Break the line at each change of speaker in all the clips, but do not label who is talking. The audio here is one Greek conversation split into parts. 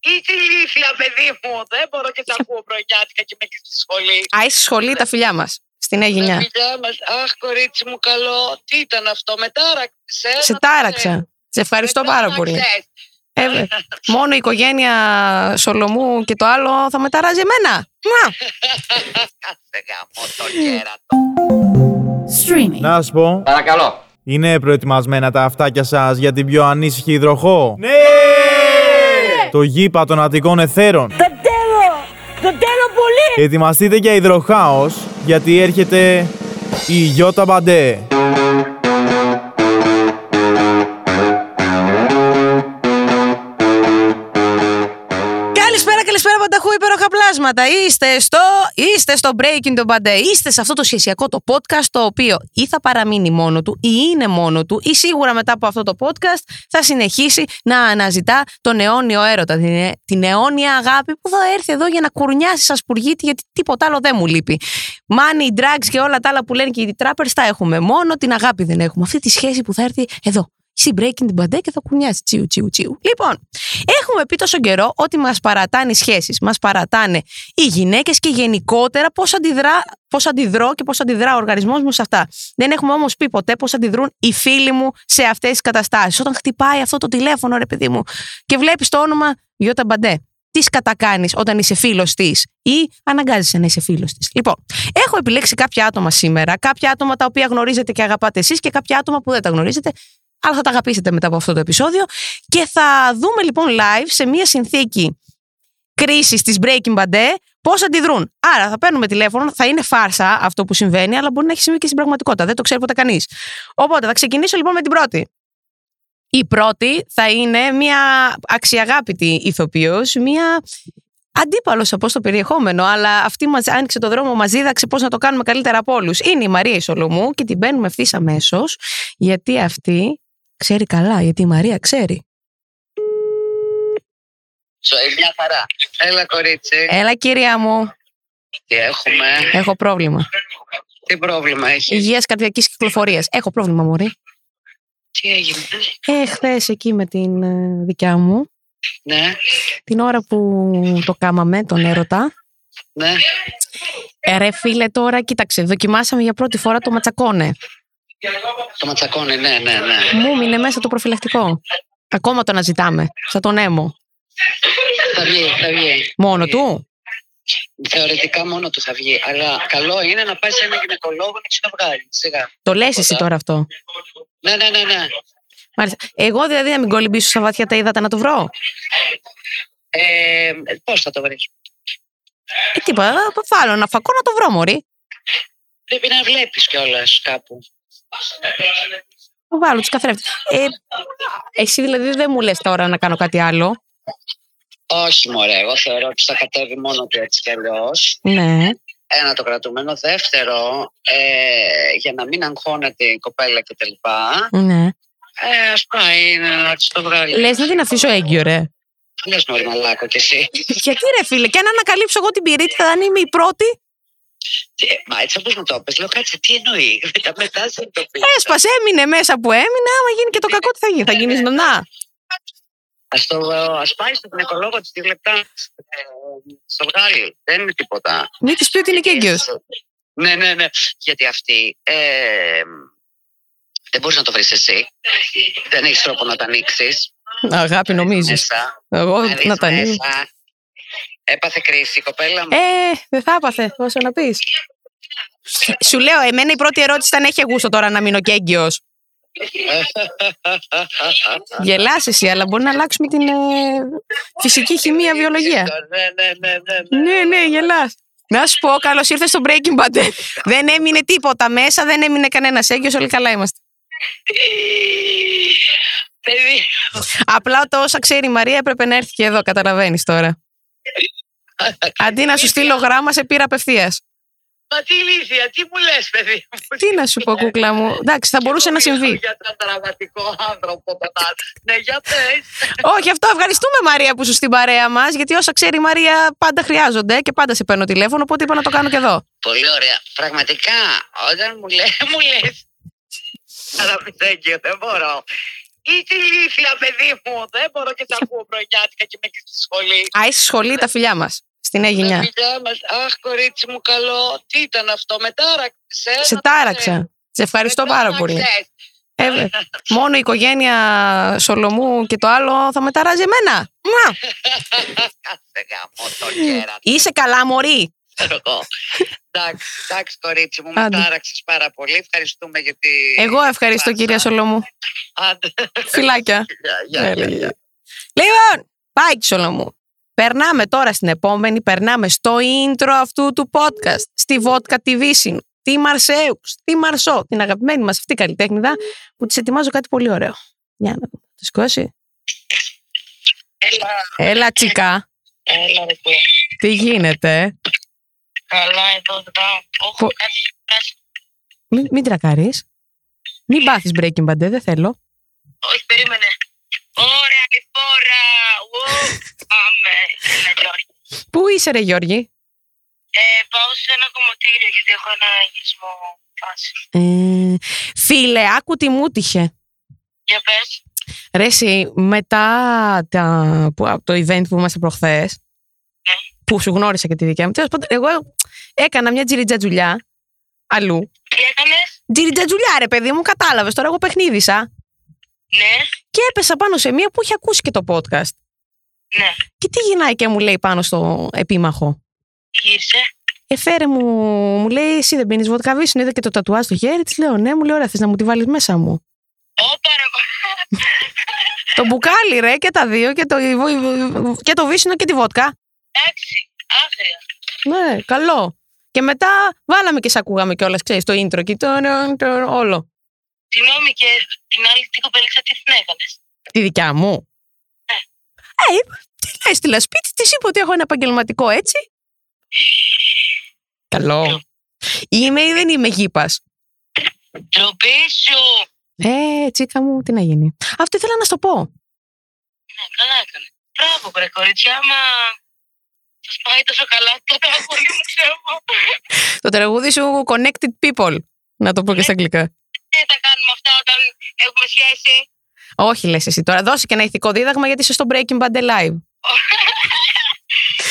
Είσαι ηλίθια, παιδί μου. Δεν μπορώ και τα ακούω πρωινιάτικα και με στη σχολή.
Α, είσαι σχολή τα φιλιά μας. Στην νέα
Τα
γενιά.
φιλιά μας. Αχ, κορίτσι μου, καλό. Τι ήταν αυτό, με τάραξε. ε,
Σε
να το ξέρεις.
τάραξα. Σε ευχαριστώ
Με
πάρα πολύ.
τάραξες.
Ε, βε. μόνο η οικογένεια Σολομού και το άλλο θα μεταράζει εμένα. Μουα.
Κάτσε γάμο το κέρατο.
Streaming.
Να σου πω,
Παρακαλώ.
είναι προετοιμασμένα τα αυτάκια σας για την πιο ανήσυχη υδροχό. Ναι! Το γήπα των Αττικών Εθέρων. Τον τέλο! Τον τέλο πολύ! Ετοιμαστείτε για υδροχάος, γιατί έρχεται η Γιώτα Μπαντέ.
Καλησπέρα, καλησπέρα πανταχού υπέροχα πλάσματα. Είστε στο, είστε στο Breaking the Bad Day. Είστε σε αυτό το σχεσιακό το podcast το οποίο ή θα παραμείνει μόνο του ή είναι μόνο του ή σίγουρα μετά από αυτό το podcast θα συνεχίσει να αναζητά τον αιώνιο έρωτα, την, ε- την αιώνια αγάπη που θα έρθει εδώ για να κουρνιάσει σαν σπουργίτη γιατί τίποτα άλλο δεν μου λείπει. Money, drugs και όλα τα άλλα που λένε και οι trappers τα έχουμε. Μόνο την αγάπη δεν έχουμε. Αυτή τη σχέση που θα έρθει εδώ. Στην Breaking the Bad Day και θα κουρνιάσει. Τσιου, τσιου, τσιου. Λοιπόν, Έχουμε πει τόσο καιρό ότι μας παρατάνε οι σχέσεις, μας παρατάνε οι γυναίκες και γενικότερα πώς αντιδρά, πώς αντιδρώ και πώς αντιδρά ο οργανισμός μου σε αυτά. Δεν έχουμε όμως πει ποτέ πώς αντιδρούν οι φίλοι μου σε αυτές τις καταστάσεις. Όταν χτυπάει αυτό το τηλέφωνο, ρε παιδί μου, και βλέπεις το όνομα Γιώτα Μπαντέ. Τι κατακάνει όταν είσαι φίλος της ή αναγκάζεσαι να είσαι φίλος της. Λοιπόν, έχω επιλέξει κάποια άτομα σήμερα, κάποια άτομα τα οποία γνωρίζετε και αγαπάτε εσείς και κάποια άτομα που δεν τα γνωρίζετε, αλλά θα τα αγαπήσετε μετά από αυτό το επεισόδιο. Και θα δούμε λοιπόν live σε μια συνθήκη κρίσης της Breaking Bad πώς αντιδρούν. Άρα θα παίρνουμε τηλέφωνο, θα είναι φάρσα αυτό που συμβαίνει, αλλά μπορεί να έχει συμβεί και στην πραγματικότητα. Δεν το ξέρει ποτέ κανείς. Οπότε θα ξεκινήσω λοιπόν με την πρώτη. Η πρώτη θα είναι μια αξιαγάπητη ηθοποιός, μια αντίπαλος από στο περιεχόμενο, αλλά αυτή μας άνοιξε το δρόμο, μας δίδαξε πώς να το κάνουμε καλύτερα από όλους. Είναι η Μαρία Ισολομού και την παίρνουμε ευθύς αμέσως, γιατί αυτή ξέρει καλά, γιατί η Μαρία ξέρει.
Ζωή, μια χαρά. Έλα, κορίτσι.
Έλα κυρία μου,
Τι έχουμε.
έχω πρόβλημα.
Τι πρόβλημα έχεις.
Υγείας καρδιακής κυκλοφορίας. Έχω πρόβλημα μωρή.
Τι έγινε.
Ε, χθες εκεί με την ε, δικιά μου,
Ναι,
την ώρα που το κάμαμε, τον έρωτα,
ναι.
Ε, ρε φίλε, τώρα κοίταξε. Δοκιμάσαμε για πρώτη φορά το ματσακόνε.
Το ματσακώνει, ναι, ναι, ναι.
Μου μείνε μέσα το προφυλακτικό. Ακόμα το αναζητάμε. Σαν τον έμο.
Θα βγει, θα βγει.
Μόνο του.
Θεωρητικά μόνο του θα βγει. Αλλά καλό είναι να πάει σε ένα γυναικολόγο να σου το βγάλει. Σιγά.
Το λες εσύ τώρα αυτό.
Ναι, ναι, ναι, ναι.
Μάλιστα. Εγώ δηλαδή να μην κολυμπήσω στα βαθιά τα ύδατα να το βρω.
Ε, Πώς θα το βρεις.
Ε, τίποτα. θα Βάλω ένα φακό να το βρω, Μωρή.
Πρέπει να βλέπεις κιόλας κάπου.
Θα Βάλω τους καθρέφτες. Ε, εσύ δηλαδή δεν μου λες τώρα να κάνω κάτι άλλο.
Όχι, μωρέ. Εγώ θεωρώ ότι θα κατέβει μόνο του έτσι κι αλλιώς.
Ναι.
Ένα το κρατούμενο. Δεύτερο, ε, για να μην αγχώνεται η κοπέλα κτλ.
ναι.
Ε, ας πάει να να της το βγάλει.
Λες να την αφήσω έγκυο, ρε.
Λες μωρή μαλάκο κι εσύ.
Γιατί ρε φίλε, και αν ανακαλύψω εγώ την πυρίτιδα, αν είμαι η πρώτη,
Τι, Μα έτσι όπως μου το είπες, λέω κάτσε τι εννοεί. Μετά, μετά συνειδητοποίησα.
έσπασε, έμεινε μέσα που έμεινε. Άμα γίνει και το κακό, τι θα γίνει. Θα γίνει νονά.
Ας, το, ας πάει στον γυναικολόγο της δύο λεπτά. Ε, στο βγάλει. Δεν είναι τίποτα.
Μην της πει ότι είναι και έγκυο.
Ναι, ναι, ναι. Γιατί αυτή ε, δεν μπορείς να το βρεις εσύ. Δεν έχεις τρόπο να τα ανοίξεις.
Αγάπη, νομίζεις.
Μέσα.
Εγώ
Να δεις
να τα ανοίγω.
μέσα. Έπαθε κρίση η κοπέλα μου.
Ε, δεν θα έπαθε, όσο να πεις. Σου λέω, εμένα η πρώτη ερώτηση ήταν: Έχει γούστο τώρα να μείνω και έγκυο. Ε! Γελάς εσύ, αλλά μπορεί να αλλάξουμε την ε, φυσική χημεία, βιολογία.
Ναι, ναι, ναι, ναι, ναι.
ναι, ναι, γελά. Να σου πω, καλώ ήρθε στο Breaking Bad. δεν έμεινε τίποτα μέσα, δεν έμεινε κανένα έγκυο, όλοι καλά είμαστε.
Παιδί,
Απλά το όσα ξέρει η Μαρία έπρεπε να έρθει και εδώ, καταλαβαίνει τώρα. Αντί να σου στείλω γράμμα, σε πήρα απευθείας.
μα τι λύθια, τι μου λες παιδί μου.
Τι να σου πω, κούκλα μου. Εντάξει, θα μπορούσε να συμβεί.
Για τον δραματικό άνθρωπο τον άλλο. Ναι, για πες.
Όχι, αυτό ευχαριστούμε Μαρία που σου στην παρέα μας, γιατί όσα ξέρει η Μαρία πάντα χρειάζονται και πάντα σε παίρνω τηλέφωνο, οπότε είπα να το κάνω και εδώ.
Πολύ ωραία. Πραγματικά, όταν μου λες, μου λες. Αλλά μην δεν μπορώ. Ή τη λήθεια, παιδί μου. Δεν μπορώ και τα ακούω πρωινιάτικα και με κλείσει στη σχολή.
Α, είσαι στη σχολή τα φιλιά μας. Στην
Τα
Αίγινιά.
φιλιά μας. Αχ, κορίτσι μου, καλό. Τι ήταν αυτό, με τάραξε. ε,
Σε
να το ξέρεις.
τάραξα. Σε ευχαριστώ
Με
πάρα πολύ.
τάραξες.
Ε, βε- μόνο η οικογένεια Σολομού και το άλλο θα μεταράζει εμένα. Μα!
Κάτσε γάμο το κέρατο.
Είσαι καλά, Μωρή.
ξέρω εγώ. Εντάξει, εντάξει, κορίτσι μου, με
Άντε.
τάραξες πάρα πολύ. Ευχαριστούμε για τη.
Εγώ ευχαριστώ,
Πάσα.
κυρία Σολομού.
Άντε.
Φιλάκια.
Γεια, γεια, γεια,
Έλεγε.
γεια.
Λοιπόν, πάει η Σολομού. Περνάμε τώρα στην επόμενη, περνάμε στο intro αυτού του podcast, στη Βότκα τη Βύσινου, τη Μαρσέου, τη Μαρσό, την αγαπημένη μας αυτή καλλιτέχνηδα, που της ετοιμάζω κάτι πολύ ωραίο. Για να δω. Το σηκώσει.
Έλα,
Έλα, τσικά.
έλα, ρε, που
Τι γίνεται, ε?
καλά εδώ, ε, δρά.
Πο-
Όχι, κάτι, κάτι.
Μην, μην τρακάρεις. Μην πάθεις breaking bad, ε, δεν θέλω.
Όχι, περίμενε. Ωραία, η φόρα. Ου, Πάμε. Έλα, Γιώργη.
Πού είσαι, ρε Γιώργη?
Ε, πάω σε ένα κομμωτήριο γιατί έχω ένα γυρισμό φάση.
Ε, φίλε, άκου τι μου τύχε.
Για πες.
Ρε εσύ, μετά τα, που, από το event που είμαστε προχθές, που σου γνώρισα και τη δικιά μου, τέλος πάντων, εγώ έκανα μια τζιριτζατζουλιά αλλού.
Τι έκανες.
Τζιριτζατζουλιά ρε παιδί μου, κατάλαβες, τώρα εγώ παιχνίδισα
Ναι,
και έπεσα πάνω σε μία που είχε ακούσει και το podcast.
ναι.
Και τι γυρνάει και μου λέει πάνω στο επίμαχο.
Τι γύρισε.
Εφέρε μου, μου λέει, εσύ δεν πίνεις βότκα βίσιν, είδα και το τατουάζ στο χέρι, της λέω, ναι, μου λέει, ωραία, θες να μου τη βάλεις μέσα μου.
Όπα, ρε,
το μπουκάλι ρε και τα δύο και το, και το βίσινο και τη βότκα.
εντάξει, άγρια.
Ναι, καλό. Και μετά βάλαμε και σ' ακούγαμε κιόλας, ξέρεις, το intro και το, το- όλο.
Συγγνώμη και την άλλη την κοπελίτσα τι την έκανες.
Τη δικιά μου.
Ναι.
Ε, είπα, τι λες, τη λασπίτη, της είπα ότι έχω ένα επαγγελματικό έτσι. Καλό. Είμαι ή δεν είμαι γήπας.
Ντροπή σου!
Ε, τσίκα μου, τι να γίνει. Αυτό ήθελα να σου το πω.
Ναι, καλά έκανε. Μπράβο, βρε κορίτσια, άμα σας πάει τόσο καλά το τραγούδι μου, ξέρω εγώ.
Το τραγούδι σου Connected People. Να το πω και στα αγγλικά.
Τι τα Ε, κάνουμε αυτά όταν έχουμε σχέση.
Όχι, λες εσύ τώρα. Δώσε και ένα ηθικό δίδαγμα γιατί είσαι στο Breaking Bad Live.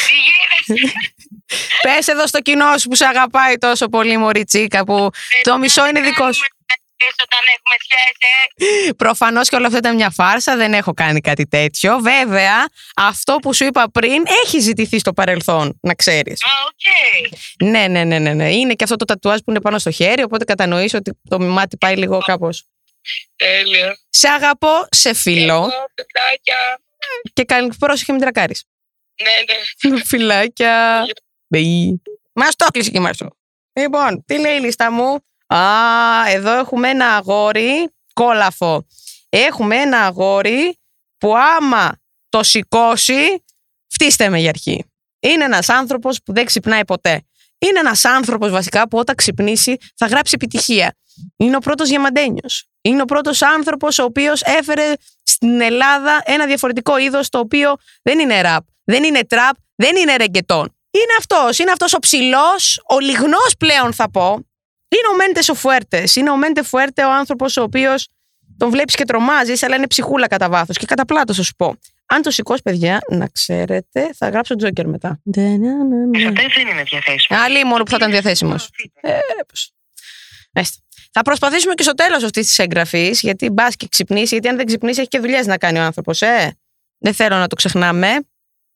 Τι γίνεται.
Πες εδώ στο κοινό σου που σε αγαπάει τόσο πολύ, Μωριτσίκα, που το μισό είναι δικό σου.
Ε, Κάνουμε όταν έχουμε σχέση. ε.
Προφανώς και όλα αυτά ήταν μια φάρσα, δεν έχω κάνει κάτι τέτοιο. Βέβαια, αυτό που σου είπα πριν έχει ζητηθεί στο παρελθόν, να ξέρεις.
Α, οκ.
Ναι, ναι, ναι, ναι, ναι. Είναι και αυτό το τατουάζ που είναι πάνω στο χέρι, οπότε κατανοείς ότι το μάτι πάει λίγο κάπως.
Τέλειο.
Σε αγαπώ, σε φιλώ
Εγώ, Φιλάκια.
και καλή πρόσεχε μην τρακάρεις.
Ναι, ναι.
Φιλάκια. Μπει. Μας το κλείσε και μα Λοιπόν, τι λέει η λίστα μου. Α, εδώ έχουμε ένα αγόρι κόλαφο. Έχουμε ένα αγόρι που άμα το σηκώσει, φτύστε με για αρχή. Είναι ένας άνθρωπος που δεν ξυπνάει ποτέ. Είναι ένας άνθρωπος βασικά που όταν ξυπνήσει θα γράψει επιτυχία. Είναι ο πρώτος διαμαντένιος. Είναι ο πρώτος άνθρωπος ο οποίος έφερε στην Ελλάδα ένα διαφορετικό είδος το οποίο δεν είναι ραπ, δεν είναι τραπ, δεν είναι ρεγκετόν. Είναι αυτός, είναι αυτός ο ψηλός, ο λιγνός πλέον θα πω. Είναι ο Μέντες ο Φουέρτες. Είναι ο Μέντες Φουέρτες ο άνθρωπος ο οποίος τον βλέπεις και τρομάζεις, αλλά είναι ψυχούλα κατά βάθος και κατά πλάτος θα σου πω. Αν το σηκώσει, παιδιά, να ξέρετε, θα γράψω Τζόκερ μετά.
ναι. δεν είναι διαθέσιμος.
Άλλη μόνο που θα ήταν διαθέσιμο. Ε, ρε, πώς. Μάλιστα. Θα προσπαθήσουμε και στο τέλος αυτής της εγγραφής, γιατί μπας και ξυπνήσει, γιατί αν δεν ξυπνήσει, έχει και δουλειές να κάνει ο άνθρωπος, ε. Δεν θέλω να το ξεχνάμε.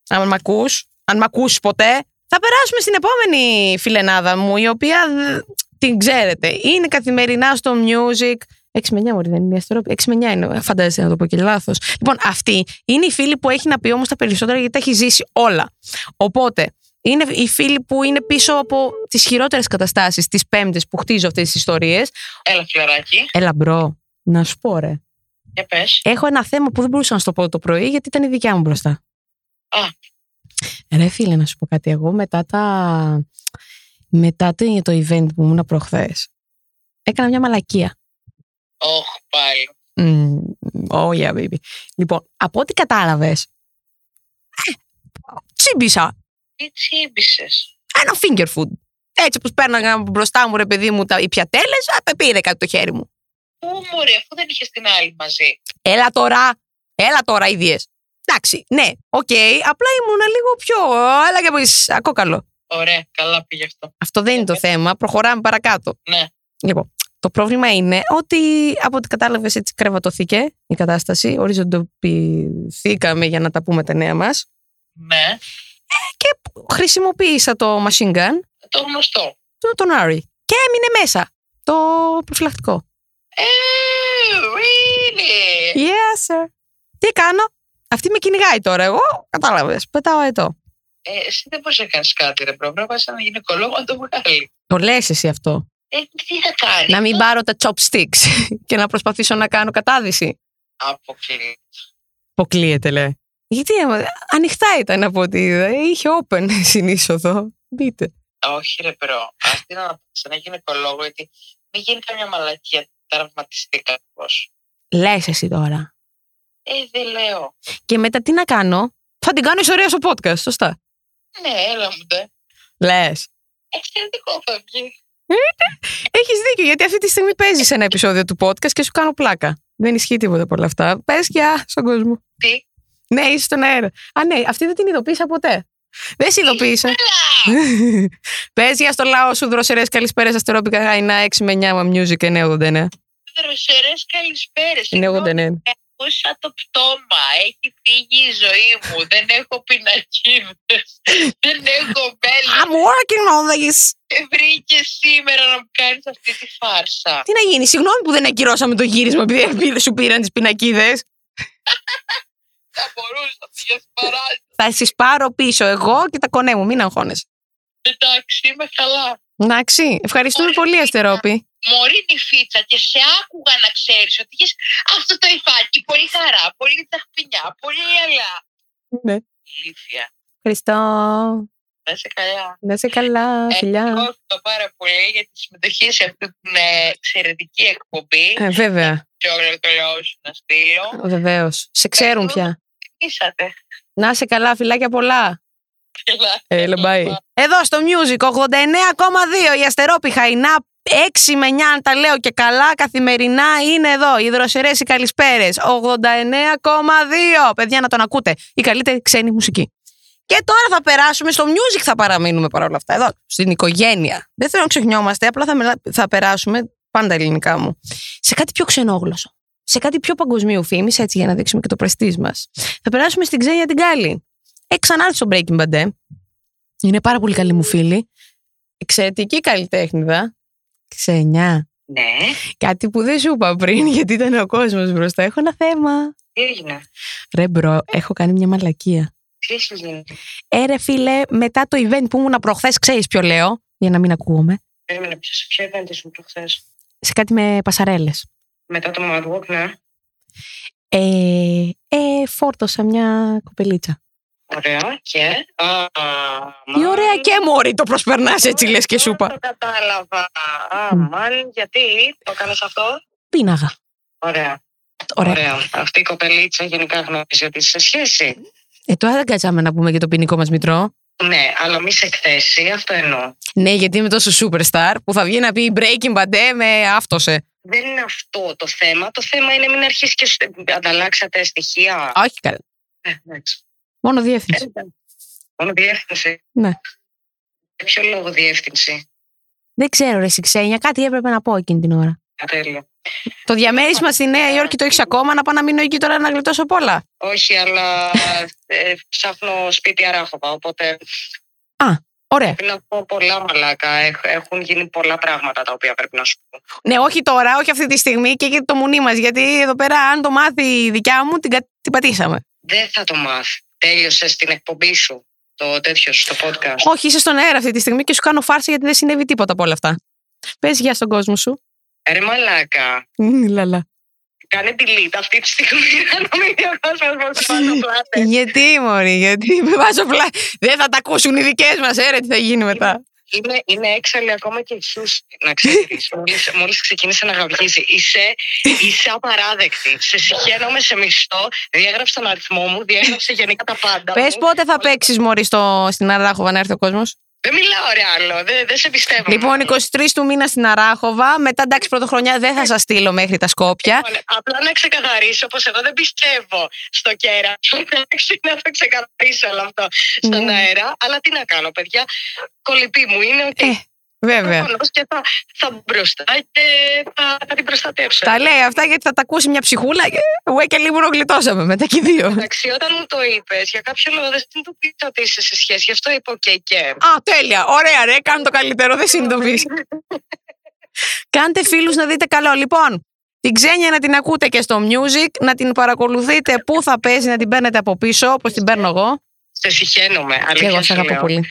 Αν μ' ακούς, αν μ' ακούσει ποτέ. Θα περάσουμε στην επόμενη φιλενάδα μου, η οποία δ- την ξέρετε. Είναι καθημερινά στο music. 6 με 9, μωρή, δεν είναι η αστερόπη. 6 με 9 είναι, φαντάζεστε να το πω και λάθος. Λοιπόν, αυτή είναι η φίλη που έχει να πει όμως τα περισσότερα γιατί τα έχει ζήσει όλα. Οπότε, είναι οι φίλοι που είναι πίσω από τις χειρότερες καταστάσεις, τις πέμπτες που χτίζω αυτές τις ιστορίες.
Έλα, φιλαράκι.
Έλα, μπρο, να σου πω, ρε.
Για πες.
Έχω ένα θέμα που δεν μπορούσα να σου το πω το πρωί γιατί ήταν η δικιά μου μπροστά.
Α.
Ρε φίλε, να σου πω κάτι. Εγώ μετά, τα... μετά το, το event που ήμουν προχθές, έκανα μια μαλακία.
Ωχ, πάλι.
Mm, oh yeah, baby. Λοιπόν, από ό,τι κατάλαβες, ε, τσίμπησα
Τι τσίμπησες.
ένα finger food. Έτσι όπως πέρναγα από μπροστά μου ρε παιδί μου τα, οι πιατέλες, α, πήρε κάτι το χέρι μου.
Πού μου ρε, αφού δεν είχες την άλλη μαζί.
Έλα τώρα. Έλα τώρα, ίδιε. Εντάξει, ναι, οκ. απλά ήμουν λίγο πιο. Αλλά και από εσείς, Ακόκαλο.
Ωραία, καλά πήγε αυτό.
Αυτό δεν είναι το θέμα. Προχωράμε παρακάτω.
Ναι.
Λοιπόν, το πρόβλημα είναι ότι από ό,τι κατάλαβες, έτσι κρεβατωθήκε η κατάσταση. Οριζοντοποιηθήκαμε για να τα πούμε τα νέα μας.
Ναι.
Και χρησιμοποίησα το machine gun
Το γνωστό.
του τον Άρη. Και έμεινε μέσα το προφυλακτικό.
Ε, really.
Yes, sir. Τι κάνω. Αυτή με κυνηγάει τώρα. Εγώ κατάλαβες. Πετάω ετώ.
Ε, εσύ δεν μπορείς να κάνεις κάτι, ρε μπρο. Πρέπει να πας σε έναν γυναικολόγο να το βγάλει.
Το λες εσύ αυτό.
Ε, τι θα κάνεις.
να μην πάρω τα chopsticks και να προσπαθήσω να κάνω κατάδυση.
Αποκλεί.
Αποκλείεται, λέει. Γιατί ε, ανοιχτά ήταν από ό,τι είδα. Είχε open συνείσοδο. Μπείτε.
Όχι, ρε μπρο. Ας την να σε έναν γυναικολόγο, γιατί μην γίνει καμιά μαλακία. Τραυματιστεί κάπω.
Λες εσύ τώρα.
Ε, δεν λέω.
Και μετά τι να κάνω. Θα την κάνω ιστορία στο podcast, σωστά.
Ναι, έλα μου ντε.
Λε.
Εξαιρετικό θα βγει.
Έχεις δίκιο, γιατί αυτή τη στιγμή παίζεις ένα επεισόδιο του podcast και σου κάνω πλάκα. Δεν ισχύει τίποτα από όλα αυτά. Πες και α, στον κόσμο.
Τι.
Ναι, είσαι στον αέρα. Α, ναι, αυτή δεν την ειδοποίησα ποτέ. Δεν σε ειδοποίησα. Ναι. Πες για στο λαό σου δροσερές καλησπέρα στα στερόπικα γαϊνά 6 με 9 με music 989.
Δροσερές καλησπέρες.
Είναι 89.
Ακούσα το πτώμα. Έχει φύγει η ζωή μου. Δεν έχω πινακίδες. Δεν έχω μέλη.
I'm working on this.
Βρήκε σήμερα να μου κάνεις αυτή τη φάρσα.
Τι να γίνει, συγγνώμη που δεν ακυρώσαμε το γύρισμα επειδή πήρε- σου πήραν τις πινακίδες.
Θα μπορούσα να πήγε παράδειγμα.
Θα τις πάρω πίσω εγώ και τα κονέ μου, μην αγχώνεσαι.
Εντάξει, είμαι καλά.
Εντάξει, ευχαριστούμε
Ωραία,
πολύ,
φίλα.
Αστερόπη.
Μωρήνη φίτσα και σε άκουγα να ξέρεις ότι είχες αυτό το υφάκι. Πολύ χαρά, πολύ ταχπινιά, πολύ ελά.
Ναι.
Ηλίθεια.
Χριστό,
Να είσαι καλά.
να είσαι
Ε,
καλά, φιλιά.
Ευχαριστώ πάρα πολύ για τη συμμετοχή σε αυτή την ε, εξαιρετική εκπομπή.
Ε, βέβαια,
Και όλο το λαό σου να στείλω.
βεβαίως. Σε ξέρουν πια.
Είσατε.
Να είσαι καλά, φιλάκια πολλά.
Καλά.
Έλα, bye. Εδώ στο Music 89,2 η Αστερόπη Χαϊνά 6 με 9 αν τα λέω και καλά καθημερινά είναι εδώ οι δροσερές οι καλησπέρες 89,2 παιδιά να τον ακούτε η καλύτερη ξένη μουσική και τώρα θα περάσουμε στο music θα παραμείνουμε παρόλα αυτά εδώ στην οικογένεια δεν θέλω να ξεχνιόμαστε απλά θα, μελα- θα περάσουμε πάντα ελληνικά μου σε κάτι πιο ξενόγλωσσο σε κάτι πιο παγκοσμίου φήμη, έτσι για να δείξουμε και το πρεστής μας. Θα περάσουμε στην Ξένια την Κάλλη. Ε, ξανά έρθει στο Breaking Bad. ε. Είναι πάρα πολύ καλή μου φίλη. Εξαιρετική καλλιτέχνηδα. Ξενιά.
Ναι,
Κάτι που δεν σου είπα πριν, γιατί ήταν ο κόσμος μπροστά. Έχω ένα θέμα.
τι έγινε.
Ρε μπρο, έχω κάνει μια μαλακία.
Τι σου γίνεται.
Ε, ρε φίλε, μετά το event που ήμουν προχθές, ξέρεις ποιο λέω, για να μην ακούγομαι.
Περίμενε, ποιος ποιο έκανε σου προχθές.
Σε κάτι με πασαρέλες.
Μετά το Mad Walk, ναι.
Ε, ε, φόρτωσα μια κοπελίτσα.
Ωραία και. Α,
Η
μαν.
ωραία και μωρή το προσπερνάς έτσι λες και σούπα.
Το κατάλαβα. Α,
Μμ.
μαν, γιατί το έκανε αυτό.
Πίναγα.
Ωραία.
Ωραία.
Ωραία. Αυτή η κοπελίτσα γενικά γνωρίζει ότι είσαι σε σχέση.
Ε, τώρα δεν κάτσαμε να πούμε για το ποινικό μας μητρό.
Ναι, αλλά μη σε εκθέσει, αυτό εννοώ.
Ναι, γιατί είμαι τόσο superstar που θα βγει να πει Breaking Bad ε, με αυτόσε.
Δεν είναι αυτό το θέμα. Το θέμα είναι μην αρχίσεις και σου- ανταλλάξατε στοιχεία.
Όχι καλά.
Ε, εντάξει.
Μόνο διεύθυνση.
Μόνο διεύθυνση.
Ναι.
Για ποιο λόγο διεύθυνση.
Δεν ξέρω, ρε εσύ, Ξένια, κάτι έπρεπε να πω εκείνη την ώρα.
Α, Τέλειο.
Το διαμέρισμα στη Νέα Υόρκη το έχεις ακόμα, να πάω να μείνω εκεί τώρα να γλιτώσω πολλά.
Όχι, αλλά ε, ψάχνω σπίτι αράχοβα. Οπότε
Ωραία.
πρέπει να πω πολλά μαλάκα. Έχ- Έχουν γίνει πολλά πράγματα τα οποία πρέπει να σου πω.
Ναι, όχι τώρα, όχι αυτή τη στιγμή και για το μουνί μας. Γιατί εδώ πέρα, αν το μάθει η δικιά μου, την, κα- την πατήσαμε.
Δεν θα το μάθει. Τέλειωσε την εκπομπή σου. Το τέτοιο στο podcast.
Όχι, είσαι στον αέρα αυτή τη στιγμή και σου κάνω φάρσα γιατί δεν συνέβη τίποτα από όλα αυτά. Πες γεια στον κόσμο σου.
Ρε μαλάκα.
Μμμ, Λαλά.
Κάνε delete αυτή τη στιγμή για να μην διαβάζω πώς πάνω πλάτε.
Γιατί, Μωρή, γιατί με βάζω πλά. Δεν θα τα ακούσουν οι δικές μας, έρε τι θα γίνει μετά.
Είναι, είναι έξαλλη ακόμα και η Χιούς, να ξέρεις. μόλις, μόλις ξεκίνησε να γαυγίζει. Είσαι, είσαι απαράδεκτη. Σε συγχαίρομαι, σε μισθό. Διέγραψε τον αριθμό μου, διέγραψε γενικά τα πάντα
Πες
μου.
πότε θα παίξεις, Μωρή, στο... στην Αράχοβα να έρθει ο κόσμος.
Δεν μιλάω ρε άλλο. Δεν, δεν σε πιστεύω.
Λοιπόν, 23 του μήνα στην Αράχοβα. Μετά εντάξει, πρωτοχρονιά δεν θα σας στείλω μέχρι τα Σκόπια.
Λοιπόν, απλά να ξεκαθαρίσω πω εγώ δεν πιστεύω στο κέρα. Εντάξει, να το ξεκαθαρίσω όλο αυτό στον
Ναι.
αέρα. Αλλά τι να κάνω, παιδιά. Κολυπή μου είναι ότι.
Ε, βέβαια.
προφανώς και θα, θα μπω μπροστά και θα, θα την προστατεύσω.
Τα λέει αυτά γιατί θα τα ακούσει μια ψυχούλα και εγώ και λίγο γλιτώσαμε μετά και οι δύο.
Εντάξει, όταν μου το είπες, για κάποιο λόγο δεν συνειδητοποίησα ότι είσαι σε σχέση. Γι' αυτό είπα και και.
Α, τέλεια. Ωραία, ρε. Κάνω το καλύτερο. Δεν
Ε.
συνειδητοποιείς. Κάντε φίλους να δείτε καλό. Λοιπόν, την ξένια να την ακούτε και στο music, να την παρακολουθείτε πού θα παίζει, να την παίρνετε από πίσω, όπως την παίρνω εγώ.
Σε συχαίνομαι.
Και
αλήθεια
εγώ σε
σου
αγαπώ
λέω.
πολύ.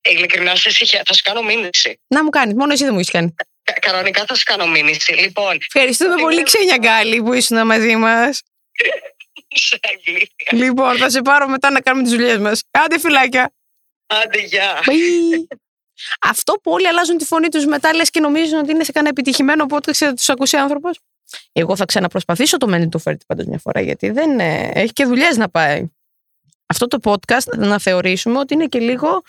Ειλικρινά σε συχαίνω. Θα σου κάνω μήνυση.
Να μου κάνεις. Μόνο εσύ δεν μου έχεις κάνει.
Κα- κανονικά θα σου κάνω μήνυση. Λοιπόν,
Ευχαριστούμε πολύ, ξένια Γκάλη, που ήσουν μαζί μας.
σε αγγλία.
Λοιπόν, θα σε πάρω μετά να κάνουμε τις δουλειές μας. Κάντε φυλάκια.
Άντε, γεια.
Μπι. Αυτό που όλοι αλλάζουν τη φωνή τους μετά λες και νομίζουν ότι είναι σε κανένα επιτυχημένο podcast και θα τους ακούσει άνθρωπος. Εγώ θα ξαναπροσπαθήσω το Μέντι του Φέρτη πάντως μια φορά, γιατί δεν ε, έχει και δουλειές να πάει. Αυτό το podcast να θεωρήσουμε ότι είναι και λίγο.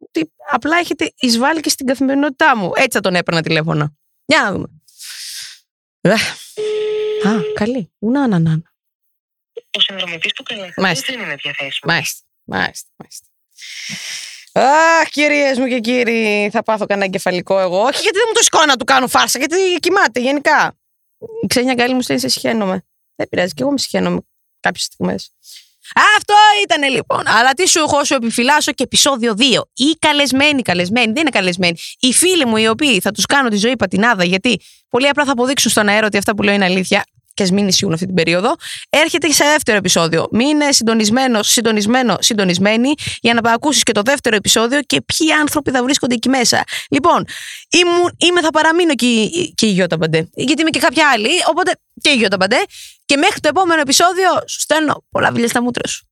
ότι απλά έχετε εισβάλλει και στην καθημερινότητά μου. Έτσι θα τον έπαιρνα τηλέφωνα. Για να δούμε. Ε, Α, καλή. Ουνά, να, να, να.
Ο συνδρομητής του καλοκαιριού
Μάλιστα.
δεν είναι διαθέσιμος.
Μάλιστα, μάλιστα, μάλιστα. Αχ, κυρίες μου και κύριοι, θα πάθω κανένα εγκεφαλικό εγώ. Όχι, γιατί δεν μου το σηκώνω να του κάνω φάρσα, γιατί κοιμάται γενικά. Η ξένια καλή μου στέλνει, σε συχαίνομαι. Δεν πειράζει, και εγώ με συχαίνομαι κάποιες στιγμές. Αυτό ήταν λοιπόν. Αλλά τι σου έχω, σου επιφυλάσσω και επεισόδιο 2. Οι καλεσμένοι, καλεσμένοι, δεν είναι καλεσμένοι. Οι φίλοι μου, οι οποίοι θα τους κάνω τη ζωή πατινάδα, γιατί πολύ απλά θα αποδείξουν στον αέρα ότι αυτά που λέω είναι αλήθεια. Και ας μην ισχύουν αυτή την περίοδο. Έρχεται σε δεύτερο επεισόδιο. Μείνε συντονισμένος, συντονισμένο, συντονισμένη για να ακούσεις και το δεύτερο επεισόδιο και ποιοι άνθρωποι θα βρίσκονται εκεί μέσα. Λοιπόν, ήμουν, είμαι, θα παραμείνω και, η- και η Γιώτα Μπαντέ. Γιατί είμαι και κάποια άλλη. Οπότε και η Γιώτα Μπαντέ. Και μέχρι το επόμενο επεισόδιο σου στέλνω πολλά βιλιά στα μούτρα σου.